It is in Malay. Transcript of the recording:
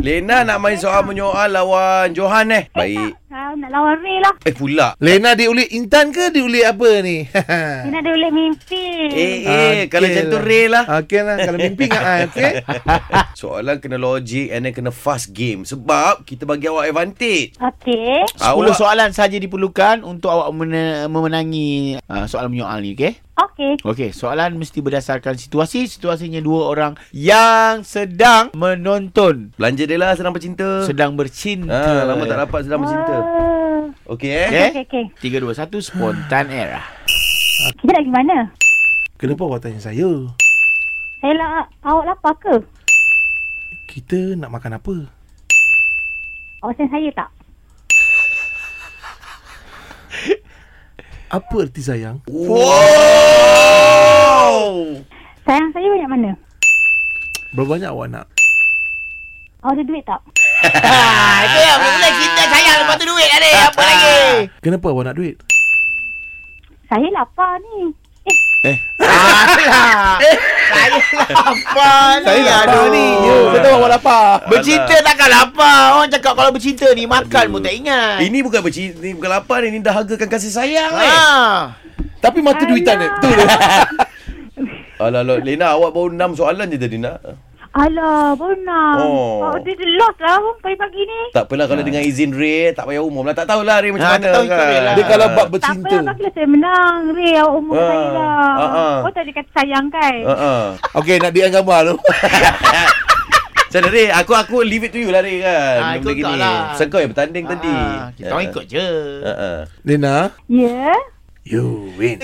Lena nak main soal menyoal lawan Johan eh. Baik. Ha, nak lawan Ray lah. Eh pula. Lena diulik Intan ke diulik apa ni? Dia nak ada ulit mimpi. Ah. Eh eh kalau macam tu Ray lah. Okey lah. Kalau mimpi dengan I, okey? Ah. Soalan kena logic and then kena fast game sebab kita bagi awak advantage. Okey. 10 Ah, soalan saja diperlukan untuk awak mena- memenangi uh, soalan menyoal ni, okey? Okey. Okey, soalan mesti berdasarkan situasi. Situasinya dua orang yang sedang menonton, Belanja dia lah sedang bercinta. sedang Ah, bercinta. lama tak dapat sedang bercinta. Oh. Okey eh. Okey? Okey, okey. 3, 2, 1, spontan era. Kita nak pergi mana? Kenapa awak tanya saya? Saya lah, awak lapar ke? Kita nak makan apa? Awak sayang saya tak? Apa erti sayang? Wow! Sayang saya banyak mana? Berapa banyak awak nak? Awak ada duit tak? Ah, itu yang mula cinta sayang lepas tu duit ada. Apa lagi? Kenapa awak nak duit? Saya lapar ni. Eh, Alah. Saya lapar ni. Saya lapar ni. Ya, saya tahu awak lapar. Bercinta takkan lapar. Orang cakap kalau bercinta ni makan pun tak ingat. Ini bukan bercinta, ini bukan lapar ni, ini dahagakan kasih sayang eh. Ah. Tapi mata duitan eh. Betul ke? Alah, alah, Lena awak baru 6 soalan je tadi nak. alah, baru nak. Oh. Awak duit lost lah pagi-pagi ni. Tak apalah kalau dengan izin Ray, tak payah umum lah. Tak tahulah Ray macam Ah, mana tak tahu kan. ikut Ray lah. Dia kalau bab Tak bercinta. apa, bagilah saya menang. Ray, awak umur Ah, saya lah. ah, ah. Oh, tadi kata sayang kan? Ha ah. Okey, nak diang gambar tu. Macam mana Ray? Aku aku leave it to you lah Ray kan. Ah, Benda ikut kau lah. Pasal kau yang bertanding tadi. Ah, Kita orang ikut je. Ha ah. Lena, Ya. Yeah. you win.